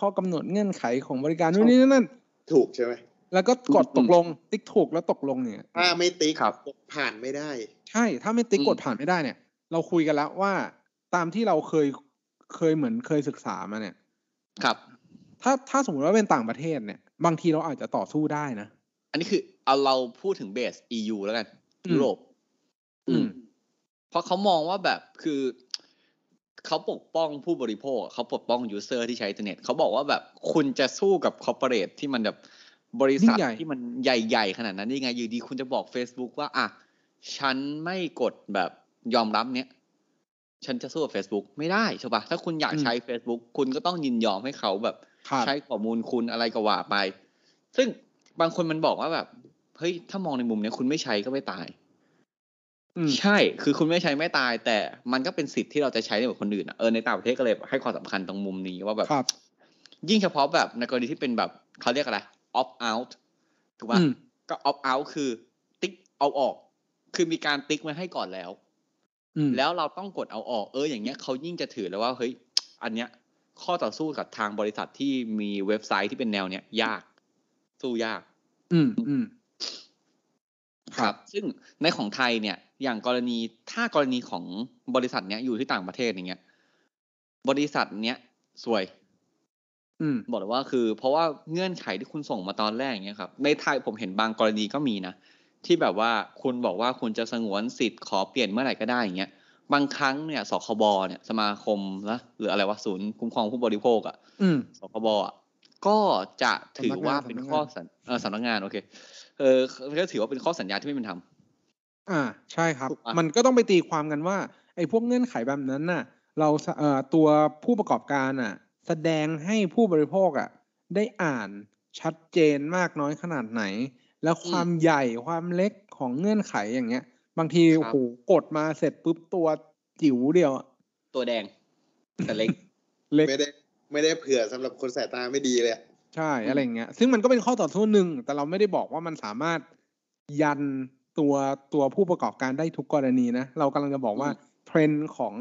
C: ข้อกำหนดเงื่อนไขของบริการนู่นนี่นั่น
B: ถูกใช่ไหม
C: แล้วก็กด
A: อืม
C: ตกลงติ๊กถูกแล้วตกลงเนี่ย
B: ถ้าไม่ติ๊ก
A: ครับ
B: ผ่านไม่ได้
C: ใช่ ถ้าไม่ติ๊ก
A: อืม
C: กดผ่านไม่ได้เนี่ย เราคุยกันแล้วว่าตามที่เราเคยเคยเหมือนเคยศึกษามาเนี่ย
A: ครับ
C: ถ้าถ้าสมมติว่าเป็นต่างประเทศเนี่ย บางทีเราอาจจะต่อสู้ได้นะ
A: อันนี้คือเอาเราพูดถึงเบส EU แล้วกัน
C: อืม
A: ยุโรป
C: อืม
A: เพราะเขามองว่าแบบคือเขาปกป้องผู้บริโภคเขาปกป้องยูเซอร์ที่ใช้อินเทอร์เน็ตเขาบอกว่าแบบคุณจะสู้กับคอร์ปอเรทที่มันแบบบริษัท
C: ยิ่งใหญ่
A: ที่มันใหญ่ๆ ขนาดนั้นได้ไงอยู่ดีคุณจะบอก Facebook ว่า อ่ะ ฉันไม่กดแบบยอมรับเนี่ย ฉันจะสู้กับ Facebook ไม่ได้ใช่ปะถ้าคุณอยากใช้ Facebook คุณก็ต้องยินยอมให้เขาแบบ
C: ครับ
A: ใช้ข้อมูลคุณอะไรก็ว่าไป ซึ่งบางคนมันบอกว่าแบบ เฮ้ย ถ้ามองในมุมเนี้ยคุณไม่ใช้ก็ไม่ตาย
C: อืม
A: ใช่ คือคุณไม่ใช้ไม่ตาย แต่มันก็เป็นสิทธิ์ที่เราจะใช้ในแบบคนอื่นอะเออ ในต่างประเทศก็เลยให้ความสำคัญตรงมุมนี้ว่าแบบ
C: ครับ
A: ยิ่งเฉพาะแบบในกรณีที่เป็นแบบเขาเรียกอะไร opt out ถูกป่ะ
C: อืม
A: ก็ opt out คือ ติ๊กเอาออก คือมีการติ๊กมาให้ก่อนแล้ว
C: อืม
A: แล้วเราต้องกดเอาออก เออ อย่างเงี้ยเขายิ่งจะถือแล้วว่าเฮ้ย อันเนี้ย ข้อต่อสู้กับทางบริษัทที่มีเว็บไซต์ที่เป็นแนวเนี้ยยาก สู้ยาก
C: อืมอืม ครับ
A: ซึ่งในของไทยเนี่ย อย่างกรณีถ้ากรณีของบริษัทเนี้ยอยู่ที่ต่างประเทศอย่างเงี้ย บริษัทเนี้ยสวย
C: อืม
A: บอกเลยว่าคือ เพราะว่าเงื่อนไขที่คุณส่งมาตอนแรกอย่างเงี้ยครับ ในไทยผมเห็นบางกรณีก็มีนะ ที่แบบว่าคุณบอกว่าคุณจะสงวนสิทธิ์ขอเปลี่ยนเมื่อไหร่ก็ได้อย่างเงี้ยบางครั้งเนี่ยสคบเนี่ยสมาคมนะหรืออะไรวะศูนย์คุ้มครองผู้บริโภคอะ
C: อืม
A: สคบอ่ะก็จะถือว่า
C: สำนักงาน
A: เป็นข้อสัญเอ่อสำนักงานโอเคเออก็ถือว่าเป็นข้อสัญญาที่ไม่เป็นธรรม
C: อ่าใช่ครับ
A: ถูกปะ
C: มันก็ต้องไปตีความกันว่า ไอ้พวกเงื่อนไขแบบนั้นน่ะ เราสเอ่อตัวผู้ประกอบการน่ะ แสดงให้ผู้บริโภคอ่ะ ได้อ่านชัดเจนมากน้อยขนาดไหน แล้วความใหญ่ความเล็กของเงื่อนไขอย่างเงี้ย บางทีโอ้โหกดมาเสร็จปุ๊บตัวจิ๋วเดียวอะ
A: ตัวแดงแต่ เล็ก
C: เล็ก
B: ไม่ได้ไม่ได้เผื่อสำหรับคนสายตาไม่ดีเลยอะ
C: ใช่อะไรอย่างเงี้ย ซึ่งมันก็เป็นข้อต่อสู้หนึ่ง แต่เราไม่ได้บอกว่ามันสามารถยันตัวตัวผู้ประกอบการได้ทุกกรณีนะ เรากำลังจะบอกว่าเทรนด์ของ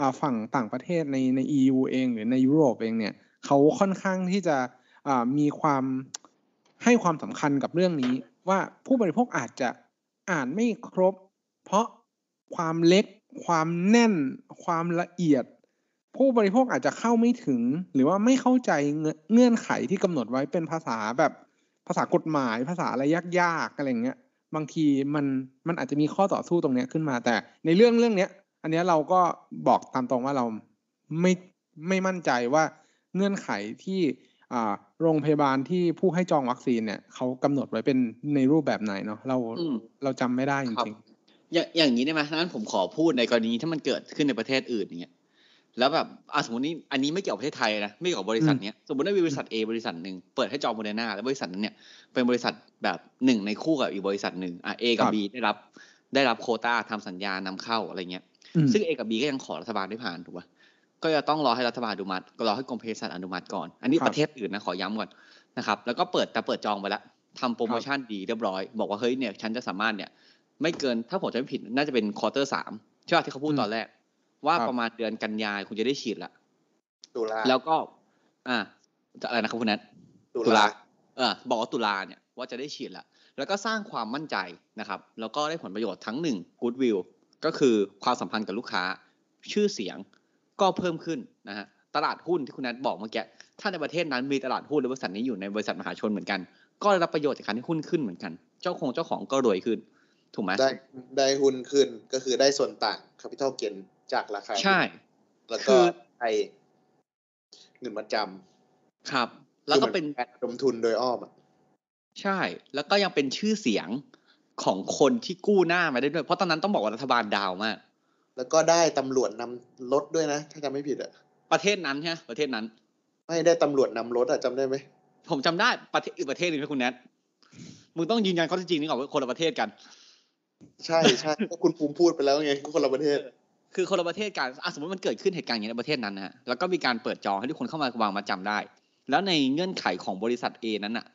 C: อาฝั่งต่างประเทศในใน EU เองหรือในยุโรปเองเนี่ยเขาค่อนข้างที่จะอ่ามีความให้ความสำคัญกับเรื่องนี้ ว่าผู้บริโภคอาจจะอ่านไม่ครบ เพราะความเล็ก ความแน่น ความละเอียด ผู้บริโภคอาจจะเข้าไม่ถึง หรือว่าไม่เข้าใจเงื่อนเงื่อนไขที่กำหนดไว้เป็นภาษาแบบภาษากฎหมายภาษาอะไรยากๆอะไรอย่างเงี้ย บางทีมันมันอาจจะมีข้อต่อสู้ตรงเนี้ยขึ้นมาแต่ในเรื่องเรื่องเนี้ย อันเนี้ยเราก็บอกตามตรงว่าเราไม่ไม่มั่นใจว่าเงื่อนไขที่อ่าโรงพยาบาลที่ผู้ให้จองวัคซีนเนี่ยเขากำหนดไว้เป็นในรูปแบบไหนเนาะเรา
A: อืม
C: เราจำไม่ได้จ
A: ครับ
C: ริง
A: อย่างอย่างนี้ได้ไหมนั้นผมขอพูดในกรณีถ้ามันเกิดขึ้นในประเทศอื่นอย่างเงี้ยแล้วแบบอ่ะสมมตินี่อันนี้ไม่เกี่ยวกับประเทศไทยนะไม่เกี่ยวกับบริษัทเนี้ยสมมติว่ามีบริษัท A บริษัทหนึ่งเปิดให้จองโมเดอร์นาแล้วบริษัทนั้นเนี่ยเป็นบริษัทแบบหนึ่งในคู่กับอีกบริษัทหนึ่งอ่ะ A กับ B ได้รับได้รับโควต้าทำสัญญานำเข้าอะไรเงี้ย
C: ๆอืม
A: ซึ่ง A กับ B ก็ยังขอรัฐบาลไม่ผ่านถูกป่ะ ก็จะต้องรอให้รัฐบาลอนุมัติ ก็รอให้กรมเภสัชอนุมัติก่อน อันนี้ประเทศอื่นนะขอย้ำก่อนนะครับ แล้วก็เปิดแต่เปิดจองไปแล้วทำโปรโมชั่นดีเรียบร้อย บอกว่าเฮ้ยเนี่ยฉันจะสามารถเนี่ย ไม่เกินถ้าผมจะไม่ผิดน่าจะเป็นควอเตอร์สามใช่ป่ะที่เขาพูดตอนแรก ว่าประมาณเดือนกันยายนคุณจะได้ฉีดละ
B: ตุลา
A: แล้วก็ อ่าจะอะไรนะครับคุณนัท
B: ตุ
A: ตุ
B: ลา
A: ลา เออบอกว่าตุลาเนี่ยว่าจะได้ฉีดละแล้วก็สร้างความมั่นใจนะครับ แล้วก็ได้ผลประโยชน์ทั้งหนึ่งกู๊ดวิวก็คือความสัมพันธ์กับลูกค้า ชื่อเสียงก็เพิ่มขึ้นนะฮะ ตลาดหุ้นที่คุณนัทบอกเมื่อกี้ ถ้าในประเทศนั้นมีตลาดหุ้นหรือบริษัทนี้อยู่ในบริษัทมหาชนเหมือนกัน ก็ได้รับประโยชน์จากการที่หุ้นขึ้นเหมือนกัน เจ้าของเจ้าของก็รวยขึ้น ถูกไหม
B: ได้ได้หุ้นขึ้นก็คือได้ส่วนต่าง capital gain จากราคา
A: ใช่
B: แล้ว
A: คื
B: ก็
A: อ
B: ไอเงินมัดจ
A: ครับ
B: ำ
A: แล้วก็เป็น
B: คือหมือการระดมทุนโดยอ้อมอะ
A: ใช่ แล้วก็ยังเป็นชื่อเสียงของคนที่กู้หน้ามาได้ด้วย เพราะตอนนั้นต้องบอกว่ารัฐบาลดาวมาก
B: แล้วก็ได้ตำรวจนำรถด้วยนะ ถ้าจำไม่ผิดอะ
A: ประเทศนั้นใช่ไหมประเทศนั้น
B: ไม่ได้ตำรวจนำรถอะจำได้ไหม
A: ผมจำได้ประเทศอีกประเทศหนึ่งไหมคุณแนทมึงต้องยืนยันข้อเท็จจริงนี่ก่อนว่าคนละประเทศกัน
B: ใช่ใช่ก็คุณภูมิพูดไปแล้วไงคนละประเทศ
A: คือคนละประเทศกันอ่ะสมมติมันเกิดขึ้นเหตุการณ์อย่างนี้ในประเทศนั้นนะฮะแล้วก็มีการเปิดจองให้ทุกคนเข้ามาวางมาจำได้ แล้วในเงื่อนไขของบริษัท A นั้นน่ะ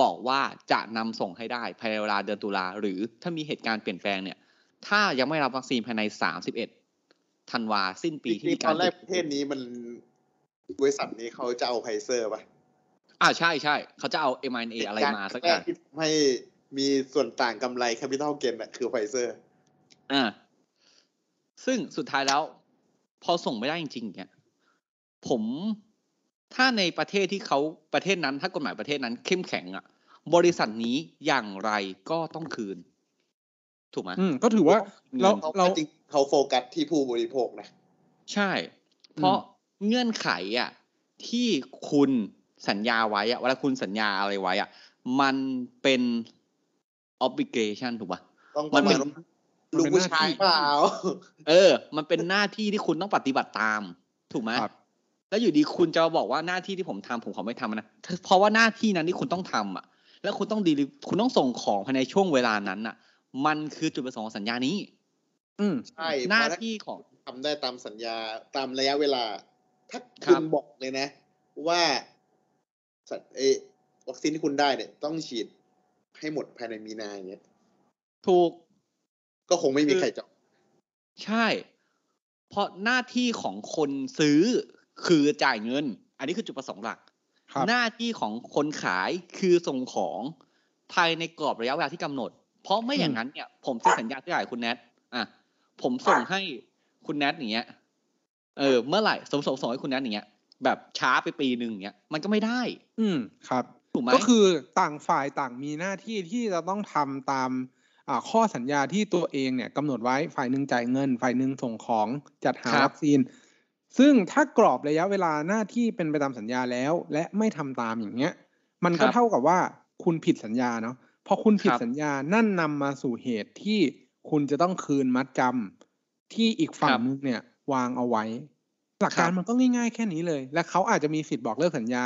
A: บอกว่าจะนำส่งให้ได้ภายในเวลาเดือนตุลาหรือถ้ามีเหตุการณ์เปลี่ยนแปลงเนี่ย ถ้ายังไม่รับวัคซีนภายใน 31ธันวาสิ้นปีที่มี
B: ต
A: กา
B: อ
A: ร
B: นแรกประเทศนี้มันบริษัทนี้เขาจะเอาไพเซอร์ปะ
A: อ่าใช่ใช่เขาจะเอา m อ a อะไรมาสักอย่าง
B: ที่ทำให้มีส่วนต่างกำไร capital gain อะคือไพเซอร์
A: อ่า ซึ่งสุดท้ายแล้ว พอส่งไม่ได้จริงๆเนี่ยผมถ้าในประเทศที่เขาประเทศนั้น ถ้ากฎหมายประเทศนั้นเข้มแข็งอะ่ะ บริษัทนี้อย่างไรก็ต้องคืน ถูกไหม
C: อืมก็ถือว่า
A: เงิน
C: เรา
B: เขาจริงๆเขาโฟกัสที่ผู้บริโภคนะ
A: ใช่ เพราะเงื่อนไขอะ่ะ ที่คุณสัญญาไว้อะ่ะเวลาคุณสัญญาอะไรไว้อะ่ะ มันเป็น obligation ถูกปะ
B: ต้องป
A: มั
B: ระ
A: น
B: มา
A: เป็
B: ณ
A: น
C: มัน
B: ลูก
C: เป็น
B: ผู้
C: หน้า
B: ชาย
C: ที่
B: เปล่า
A: เออ มันเป็นหน้าที่ที่คุณต้องปฏิบัติตาม ถูกไหม
C: ครับ
A: แล้วอยู่ดีคุณจะบอกว่าหน้าที่ที่ผมทำผมขอไม่ทำนะ เพราะว่าหน้าที่นั้นที่คุณต้องทำอ่ะ แล้วคุณต้องดีลิคุณต้องส่งของภายในช่วงเวลานั้นอ่ะ มันคือจุดประสงค์ของสัญญานี้
C: อืม
B: ใช่
A: หน้า
B: เพระถ้
A: ที่ของ
B: ทำได้ตามสัญญาตามระยะเวลา ถ้า
A: ครั
B: คุ
A: บ
B: ณบอกเลยนะ ว่าสัตว์เอยวัคซีนที่คุณได้เนี่ย ต้องฉีดให้หมดภายในมีนาอย่างเงี้ย
A: ถูก
B: ก็คงไม่มีใครจอง
A: ใช่ เพราะหน้าที่ของคนซื้อคือจ่ายเงิน อันนี้คือจุดประสงค์หลัก
C: ครับ
A: หน้าที่ของคนขายคือส่งของภายในกรอบระยะเวลาที่กำหนด เพราะไม่อย่างนั้นเนี่ย ผมเซ็นสัญญาที่ขายคุณแนทอ่ะผมส่งให้คุณแนทอย่างเงี้ย เออ เมื่อไหร่สมส่งส่งให้คุณแนทอย่างเงี้ย แบบช้าไปปีหนึ่งอย่างเงี้ย มันก็ไม่ได้
C: อืมครับ
A: ถูกไหม
C: ก็คือต่างฝ่ายต่างมีหน้าที่ที่จะต้องทำตามอ่าข้อสัญญาที่ตัวเองเนี่ยกำหนดไว้ฝ่ายหนึ่งจ่ายเงิน ฝ่ายหนึ่งส่งของจัดหาวัคซีน ซึ่งถ้ากรอบระยะเวลาหน้าที่เป็นไปตามสัญญาแล้ว และไม่ทำตามอย่างเงี้ย มันก็เท่ากับว่าคุณผิดสัญญาเนาะพอคุณผิดสัญญานั่นนำมาสู่เหตุที่คุณจะต้องคืนมัดจำที่อีกฝั่งนึงเนี่ย วางเอาไว้ หลักการมันก็ง่ายๆแค่นี้เลย และเขาอาจจะมีสิทธิ์บอกเลิกสัญญา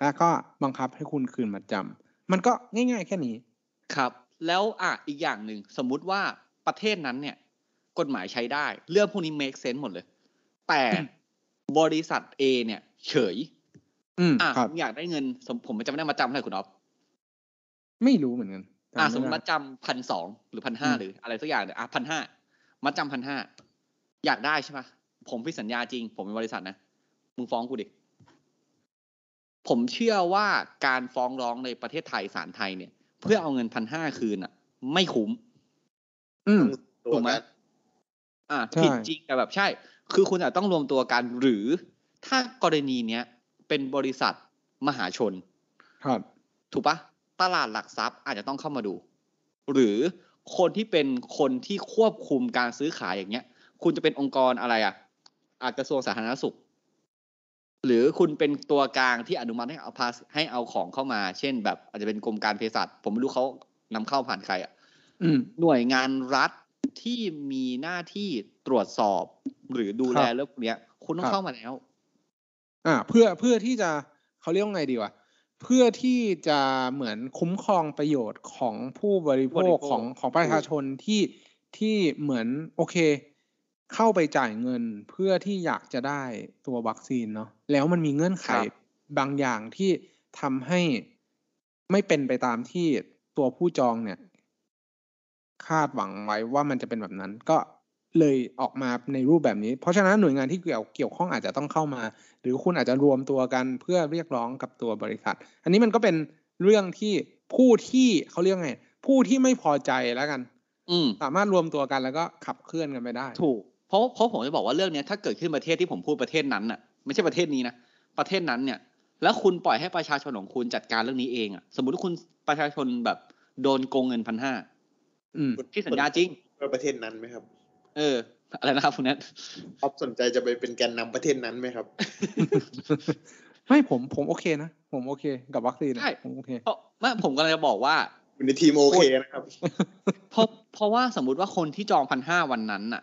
C: แล้วก็บังคับให้คุณคืนมัดจำมันก็ง่ายๆแค่นี้
A: ครับ แล้วอ่ะอีกอย่างหนึ่งสมมุติว่าประเทศนั้นเนี่ย กฎหมายใช้ได้ เรื่องพวกนี้ make sense หมดเลย แต่บริษัท A เนี่ย เฉย
C: อืม
A: อ่ะ
C: ครับ
A: ผมอยากได้เงินสมผมจำไม่ได้มาจำเท่าไหร่คุณอ๊อฟ
C: ไม่รู้เหมือนกันจำ
A: อ่ะ
C: ไได้
A: สมมติมาจำพันสองหรือพันห้า
C: อืม
A: หรืออะไรสักอย่างเนี่ยอ่ะพันห้ามาจำพันห้าอยากได้ใช่ปะผมพิดสัญญาจริง ผมเป็นบริษัทนะมึงฟ้องกูดิ ผมเชื่อว่าการฟ้องร้องในประเทศไทยศาลไทยเนี่ย เพื่อเอาเงินพันห้าคืนอ่ะ ไม่คุ้ม
C: อืม
B: ตัว
A: ถูกไหม
B: กัน
A: อ่ะ
C: ใช่
A: ผิดจริงแต่แบบใช่ คือคุณอาจต้องรวมตัวกันหรือถ้ากรณีเนี้ยเป็นบริษัทมหาชน
C: ครับ
A: ถูกปะตลาดหลักทรัพย์อาจจะต้องเข้ามาดู หรือคนที่เป็นคนที่ควบคุมการซื้อขายอย่างเงี้ย คุณจะเป็นองค์กรอะไรอ่ะอาจกระทรวงสาธารณสุข หรือคุณเป็นตัวกลางที่อนุมัติให้เอาพาสให้เอาของเข้ามา เช่น แบบอาจจะเป็นกรมการเภสัชผมไม่รู้เขานำเข้าผ่านใครอ่ะ
C: อืม
A: หน่วยงานรัฐที่มีหน้าที่ตรวจสอบ หรือดูแล
C: ครับ
A: เรื่องพวกเนี้ย คุณต้อง
C: ครับ
A: เข้ามาแล้ว
C: อ่า เพื่อเพื่อที่จะเขาเรียกว่าไงดีวะเพื่อที่จะเหมือนคุ้มครองประโยชน์ของผู้บริโภ
A: บริ
C: ค
A: โภค
C: ของของประชาชนที่ที่เหมือนโอเค เข้าไปจ่ายเงินเพื่อที่อยากจะได้ตัววัคซีนเนาะแล้วมันมีเงื่อนไขบางอย่างที่ทำให้ไม่เป็นไปตามที่ตัวผู้จองเนี่ย คาดหวังไว้ว่ามันจะเป็นแบบนั้น ก็เลยออกมาในรูปแบบนี้ เพราะฉะนั้นหน่วยงานที่เกี่ยวเกี่ยวข้องอาจจะต้องเข้ามา หรือคุณอาจจะรวมตัวกันเพื่อเรียกร้องกับตัวบริษัท อันนี้มันก็เป็นเรื่องที่ผู้ที่เขาเรียกไง ผู้ที่ไม่พอใจแล้วกัน
A: อืม
C: สามารถรวมตัวกันแล้วก็ขับเคลื่อนกันไปได้
A: ถูกเพราะเพราะผมจะบอกว่าเรื่องเนี้ยถ้าเกิดขึ้นประเทศที่ผมพูดประเทศนั้นน่ะไม่ใช่ประเทศนี้นะประเทศนั้นเนี่ย แล้วคุณปล่อยให้ประชาชนของคุณจัดการเรื่องนี้เองอ่ะสมมติว่าคุณประชาชนแบบโดนโกงเงินพันห้า
C: อืม
A: ที่สัญญาจริง
B: เพื่อประเทศนั้นไหมครับ
A: เออ อะไรนะครับคุณแนท
B: ออฟสนใจจะไปเป็นแกนนำประเทศนั้นไหมครับ
C: ไม่ผมผมโอเคนะ ผมโอเค กับวัคซีนอะผมโอเค
A: เพราะไม่ผมกำลังจะบอกว่า
B: อยู่ในทีมโอเคนะครับ
A: เพราะเพราะว่าสมมติว่าคนที่จองพันห้าวันนั้นน่ะ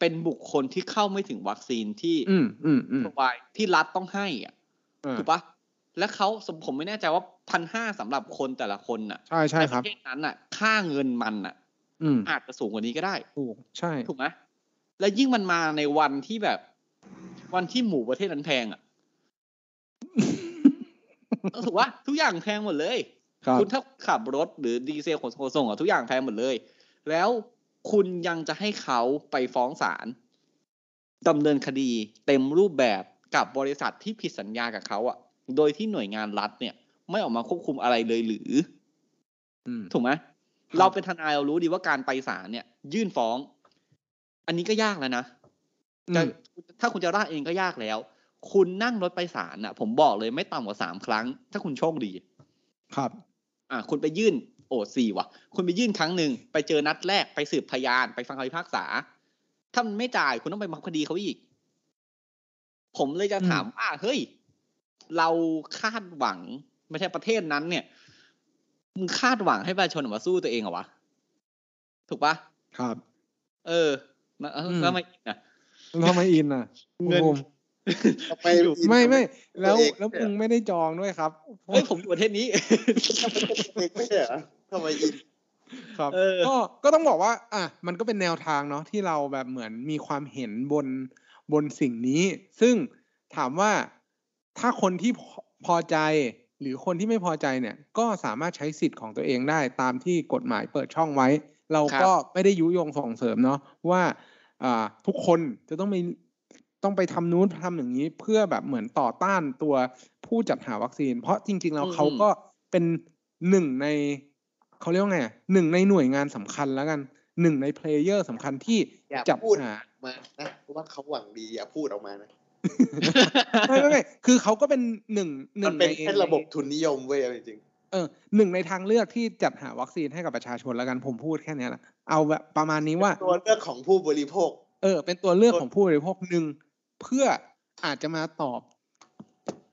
A: เป็นบุคคลที่เข้าไม่ถึงวัคซีนที่
C: อืมอืมอืม
A: พรอไวที่รัฐต้องให้อ่ะ
C: อ่า
A: ถูกปะแล้วเขาสมผมไม่แน่ใจว่าพันห้าสำหรับคนแต่ละคนน่ะ
C: ใช่ใช่ครั
A: น
C: บ
A: ประเทศนั้นน่ะ ค่าเงินมันน่ะ
C: อืม
A: อาจจะสูงกว่านี้ก็ได้
C: ถูกใช่
A: ถูกไหมและยิ่งมันมาในวันที่แบบ วันที่หมูประเทศนั้นแพง อ่ะ ถูกว่าทุกอย่างแพงหมดเลย
C: ครับ
A: ณถ้าขับรถหรือดีเซลขนส่งอ่ะทุกอย่างแพงหมดเลย แล้วคุณยังจะให้เขาไปฟ้องศาลดำเนินคดีเต็มรูปแบบกับบริษัทที่ผิดสัญญากับเขาอ่ะ โดยที่หน่วยงานรัฐเนี่ย ไม่ออกมาควบคุมอะไรเลยหรือ
C: อืม
A: ถูกไหม
C: บ
A: เราเป็นทนายเรารู้ดีว่าการไปศาลเนี่ย ยื่นฟ้อง อันนี้ก็ยากแล้วนะจะถ้าคุณจะร่างเองก็ยากแล้ว คุณนั่งรถไปศาลน่ะ ผมบอกเลยไม่ต่ำกว่าสามครั้ง ถ้าคุณโชคดี
C: ครับ
A: อ่ะคุณไปยื่นโอสี่ว่ะ คุณไปยื่นครั้งหนึ่งไปเจอนัดแรกไปสืบพยานไปฟังคำพิพากษา ถ้ามันไม่จ่ายคุณต้องไปบังคับคดีเขาอีก ผมเลยจะถามว่าเฮ้ย เราคาดหวัง ไม่ใช่ประเทศนั้น เนี่ยมึงคาดหวังให้ประชาชนออกมาสู้ตัวเองเหรอวะ ถูกปะ
C: ครับ
A: เออนะเออ
C: อืม
A: แล้วทำไมอินอ่ะ
C: ทำไมอินอ่ะ
A: เงิน
C: ผม
B: ทำไม
A: อยู่
B: อิน
C: ไม่ไม่แล้ว
B: ตัวเอง
C: แล้วมึงไม่ได้จองด้วยครับ
A: เฮ้ยผมอยู่ประเทศนี้
B: เองไม่ใช่เหรอ ทำไมอิน
C: ครับ
A: เออ
C: ก็ก็ต้องบอกว่า อ่ะมันก็เป็นแนวทางเนาะที่เราแบบเหมือนมีความเห็นบนบนสิ่งนี้ ซึ่งถามว่าถ้าคนที่พอพอใจ หรือคนที่ไม่พอใจเนี่ย ก็สามารถใช้สิทธิ์ของตัวเองได้ตามที่กฎหมายเปิดช่องไว้ เราก็ไม่ได้ยุยงส่งเสริมเนาะว่าอ่าทุกคนจะต้องมีต้องไปทำนู้นทำอย่างนี้ เพื่อแบบเหมือนต่อต้านตัวผู้จัดหาวัคซีน เพราะจริง ๆ แล้ว
A: อืม
C: เขาก็เป็นหนึ่งในเขาเรียกว่าไงอะหนึ่งในหน่วยงานสำคัญแล้วกันหนึ่งในเพลเยอร์สำคัญที่
B: อย่า
C: จับ
B: พูด
C: หา
B: มานะเพราะว่าเขาหวังดีอย่าพูดออกมานะ
C: ไม่ไม่ไม่คือเขาก็เป็นหนึ่งห
B: มั
C: นึ่
B: น
C: ง
B: เป็น
C: ใน
B: แค่ระบบทุนนิยมเว้ยเอาจริง
C: เออหนึ่งในทางเลือกที่จัดหาวัคซีนให้กับประชาชนแล้วกันผมพูดแค่เนี้ยแหละเอาแบบประมาณนี้ว่า
B: ๆตัวเลือกของผู้บริโภค
C: เออเป็นตัวเลือกของผู้บริโภคหนึ่งเพื่ออาจจะมาตอบ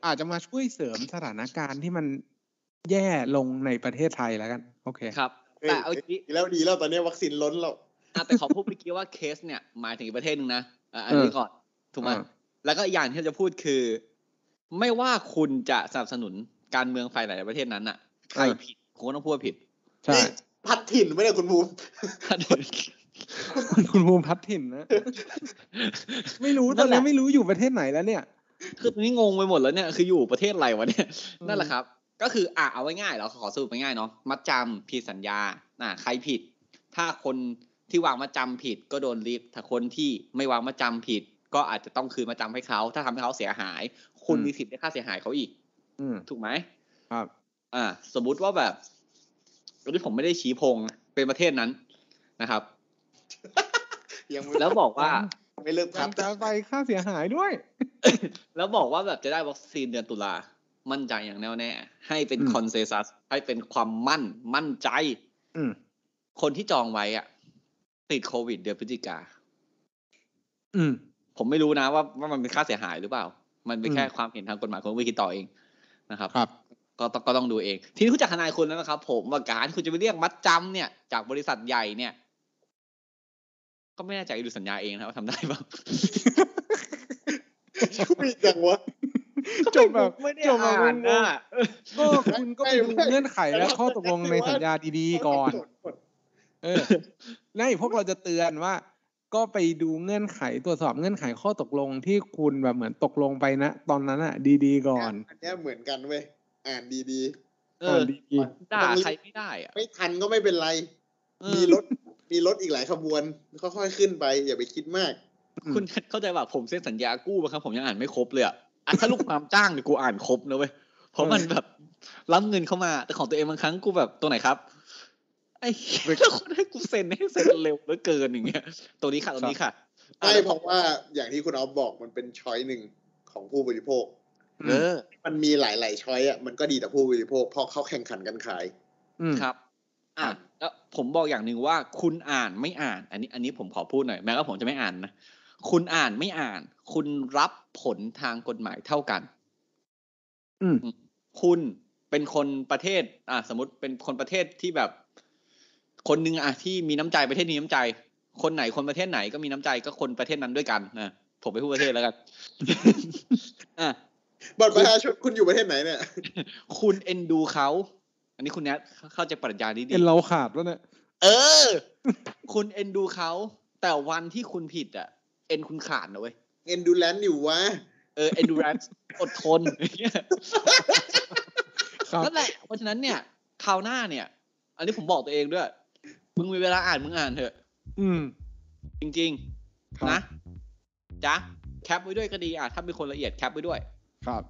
C: อาจจะมาช่วยเสริมสถานการณ์ที่มันแย่ลงในประเทศไทยแล้วกัน โอเค
A: ครับ
B: เฮ้ย
A: แต่เอาที
B: ดีแล้วดีแล้วตอนนี้วัคซีนล้นแล้ว
A: อ่ะแต่ขอพูดเมื่อกี้ว่าเคสเนี่ยหมายถึงอีกประเทศหนึ่งนะอ่ะอันนี้
C: เออ
A: ก่อนถูกไหม
C: อ่า
A: แล้วก็อีกอย่างที่เราจะพูดคือ ไม่ว่าคุณจะสนับสนุนการเมืองฝ่ายไหนในประเทศนั้นอ่ะ ใครผิดคุณก็ต้องพูดว่า ผิด
C: ใช่
B: นี่ พัดถิ่นไม่ได้คุณภูมิ
C: คุณภูมิพัฒน์ถิ่นนะ ไม่รู้ต
A: นั่
C: อน
A: นแห
C: นี้
A: ละ
C: ไม่รู้อยู่ประเทศไหนแล้วเนี่ย
A: คือตอนนี้งงไปหมดแล้วเนี่ยคืออยู่ประเทศอะไรวะเนี่ย
C: อืม
A: นั่นแหละครับ ก็คืออ่ะเอาไว้ง่ายเราขอสรุปง่ายๆเนาะมัดจำผิดสัญญาน่ะใครผิด ถ้าคนที่วางมัดจำผิดก็โดนรีบถ้าคนที่ไม่วางมัดจำผิด ก็อาจจะต้องคืนมัดจำให้เขา ถ้าทำให้เขาเสียหาย คุณมีสิทธิ์ได้ค่าเสียหายเขาอีก
C: อืม
A: ถูกไหม
C: ครับ
A: อ่า สมมุติว่าแบบอันนี้ผมไม่ได้ชี้พงนะเป็นประเทศนั้นนะครับ
B: ยังไม่
A: แล้วบอก ว่า
B: ไม่เลิก
C: ครั
B: พั
C: บ
B: ด
C: จะไปค่าเสียหายด้วย
A: แล้วบอกว่าแบบจะได้วัคซีนเดือนตุลา มั่นใจอย่างแน่วแน่ ให้เป็น
C: อืม
A: คอนเซซัส ให้เป็นความมั่น มั่นใจ
C: อืม
A: คนที่จองไว้อะติดโควิดเดือนพฤศจิกา
C: อืม
A: ผมไม่รู้นะว่าว่ามันเป็นค่าเสียหายหรือเปล่า มันเป็น
C: อืม
A: แค่ความเห็นทางกฎหมายคนวิคิดต่อเองนะครับ
C: ครับ
A: ก็ต้องก็ต้องดูเอง ทีนี้คุณจากทนายคุณแล้วนะครับ ผมว่าการที่คุณจะไปเรียกมัดจำเนี่ย จากบริษัทใหญ่เนี่ย ก็ไม่แน่ใจดูสัญญาเองนะครับว่าทำได้ป่า
B: ช่วยจังวะ
C: จบแบบ
A: ไม่ได้
C: จบแบบ
A: อ่าน
C: ง
A: นะ
C: งๆก็คุณก็ไปดูเงื่อนไขและข้อตกลงในสัญญาดีๆก่อน เออในพวกเราจะเตือนว่า ก็ไปดูเงื่อนไขตรวจสอบเงื่อนไขข้อตกลงที่คุณแบบเหมือนตกลงไปนะ ตอนนั้นอ่ะ ดีๆก่อน
B: อันเนี้ยเหมือนกันเว้ย อ่านดี
A: เอ
C: อ่า
A: อน
C: ดี
B: ๆ
A: ด่า
B: ต้องรีบ
A: ใครไม่ได้อะ
B: ไม่ทันก็ไม่เป็นไร
A: เออ
B: มีรถ มีรถอีกหลายขบวน ค่อยๆขึ้นไป อย่าไปคิดมาก
C: ๆ
A: คุณเข้าใจว่าผมเซ็นสัญญากู้มาครับ ผมยังอ่านไม่ครบเลยอะอ่ะถ้าลูกความจ้างเนี่ยกูอ่านครบนะเว้ยเพราะมันแบบรับเงินเข้ามาแต่ของตัวเองบางครั้งกูแบบตัวไหนครับ ไอ้เหี้ย แล้วคนให้กูเซ็นให้เซ็นเร็วเหลือเกินอย่างเงี้ยตัวนี้ค่ะตัวนี้ค่ะ
B: ไม่เพราะว่าอย่างที่คุณออฟบอกมันเป็นช้อยหนึ่งของผู้บริโภค
A: เออ
B: มันมีหลายๆช้อยอ่ะมันก็ดีต่อผู้บริโภคเพราะเขาแข่งขันกันขาย
C: อืม
A: ครับ อ่ะแล้วผมบอกอย่างหนึ่งว่า คุณอ่านไม่อ่าน อันนี้อันนี้ผมขอพูดหน่อยแม้ว่าผมจะไม่อ่านนะคุณอ่านไม่อ่าน คุณรับผลทางกฎหมายเท่ากัน
C: อืม
A: คุณเป็นคนประเทศ อ่า สมมติเป็นคนประเทศที่แบบ คนหนึ่งอ่ะที่มีน้ำใจประเทศนี้น้ำใจ คนไหนคนประเทศไหนก็มีน้ำใจก็คนประเทศนั้นด้วยกันนะผมไปพูดประเทศแล้วกัน อ่ะ
B: บัตรประชาชนคุณอยู่ประเทศไหนเนี่ย
A: คุณเอ็นดูเขาอันนี้คุณแนทเข้าใจปรัชญานี้ดี
C: เอ็นเราขาดแล้วเนี่ย
A: เออ คุณเอ็นดูเขาแต่วันที่คุณผิดอ่ะ เอ็นคุณขาดนะเว้ย
B: เอ็นดูแลนด์อยู่วะ
A: เออ endurance อดทน
C: ครับ
A: นั่นแหละเพราะฉะนั้นเนี่ยคราวหน้าเนี่ย อันนี้ผมบอกตัวเองด้วย มึงมีเวลาอ่านมึงอ่านเถอะ
C: อืม
A: จริง
C: ครับ
A: ๆนะจ๊ะแคปไว้ด้วยก็ดีอ่ะถ้าเป็นคนละเอียดแคปไว้ด้วย
C: ครับ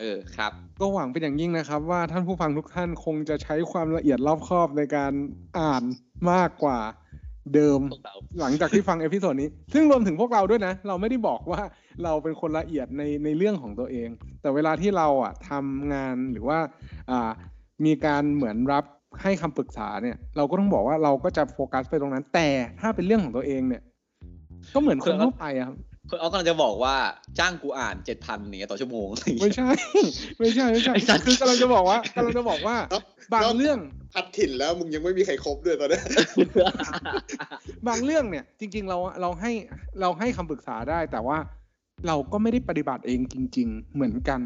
A: เออครับ
C: ก็หวังเป็นอย่างยิ่งนะครับ ว่าท่านผู้ฟังทุกท่านคงจะใช้ความละเอียดรอบคอบในการอ่านมากกว่าเดิม
A: พวกเรา
C: หลังจากที่ฟังเอพิโซดนี้ ซึ่งรวมถึงพวกเราด้วยนะ เราไม่ได้บอกว่าเราเป็นคนละเอียดในในเรื่องของตัวเอง แต่เวลาที่เราอ่ะทำงานหรือว่าอ่ามีการเหมือนรับให้คำปรึกษาเนี่ย เราก็ต้องบอกว่าเราก็จะโฟกัสไปตรงนั้น แต่ถ้าเป็นเรื่องของตัวเองเนี่ย ก็เหมือนคนทั่วไปอะครับ
A: คุณออฟกำลังจะบอกว่าจ้างกูอ่านเจ็ดพันเนี่ยต่อชั่วโมงอะไรอย่าง
C: ไม่
A: เงี้ย
C: ใช่ ไม่ใช่ไม่ใช่
A: ไอ้สัตว์
C: คือกำลังจะบอกว่ากำลังจะบอกว่า บางเรื่อง
B: พัดถิ่นแล้วมึงยังไม่มีใครครบด้วยตอนเนี้ย
C: บางเรื่องเนี่ย จริง ๆ เราเราให้เราให้คำปรึกษาได้ แต่ว่าเราก็ไม่ได้ปฏิบัติเองจริง ๆ เหมือนกัน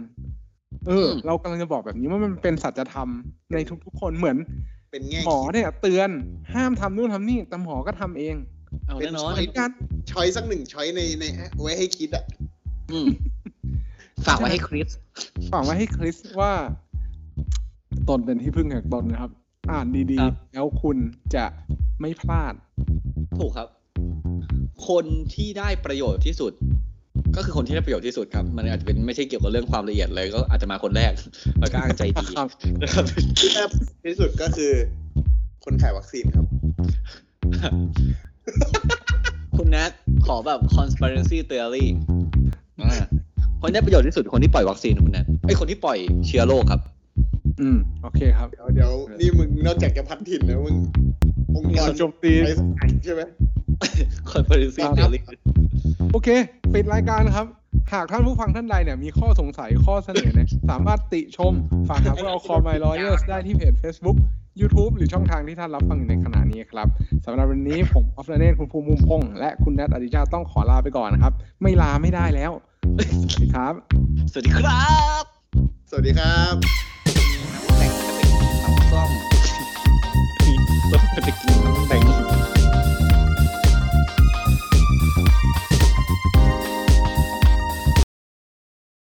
C: เอออ
A: ม
C: เรากำลังจะบอกแบบนี้ว่ามันเป็นสัจธรรมในทุกๆคนเหมือน
B: เป็นแง่
C: หมอเนี่ยเตือนห้ามทำนู่นทำนี่แต่หมอก็ทำเอง
A: เอา
B: เป็น
A: แน่นอ
B: ช้อนย
C: การ
B: ช้อยสักหนึ่งช้อยในในไว้ให้คิดอะ
A: อืมฝากไว้ให้คริส
C: ฝากไว้ให้คริสว่า ตนเป็นที่พึ่งแห่งตนนะครับ อ่านดี
A: ครับ
C: ๆ แล้วคุณจะไม่พลาด
A: ถูกครับ คนที่ได้ประโยชน์ที่สุด ก็คือคนที่ได้ประโยชน์ที่สุดครับ มันอาจจะเป็นไม่ใช่เกี่ยวกับเรื่องความละเอียดเลย ก็อาจจะมาคนแรก แล้วก็อ้างใจ ดี
C: ครับ
A: นะครับ
B: ที่แน่ที่สุดก็คือ คนขายวัคซีนครับ
A: คุณแนทขอแบบ conspiracy theory อ่าคนได้ประโยชน์ที่สุดคนที่ปล่อยวัคซีนคุณแนทไอยคนที่ปล่อยเชื้อโรคครับ
C: อืม โอเคครับ
B: เดี๋ยวเดี๋ยวนี่มึงนอกจากจะพัดถิ่นแล้วมึงองค์ก
C: เรา
B: ร
C: โจมตี
B: ไปสายใช่ไหม
A: conspiracy
B: ครับ
A: theory
C: โอเค ปิดรายการครับ หากท่านผู้ฟังท่านใดเนี่ยมีข้อสงสัยข้อเสนอเนี่ย สามารถติชม ฝากหาพวกเราคอมไมล์ลอเยอร์ได้ที่เพจ Facebook YouTube หรือช่องทางที่ท่านรับฟังอยู่ในขณะนี้ครับสำหรับวันนี้ผมออฟเลเนตคุณภูมิมุมพงษ์และคุณแนทอดิชาต้องขอลาไปก่อนนะครับ ไม่ลาไม่ได้แล้วสวัสดีครับ
A: สวัสดีครับ
B: สวัสดีครับ
A: แต่งจะไปกินน้ำส้มต้องจะไปกินน้ำ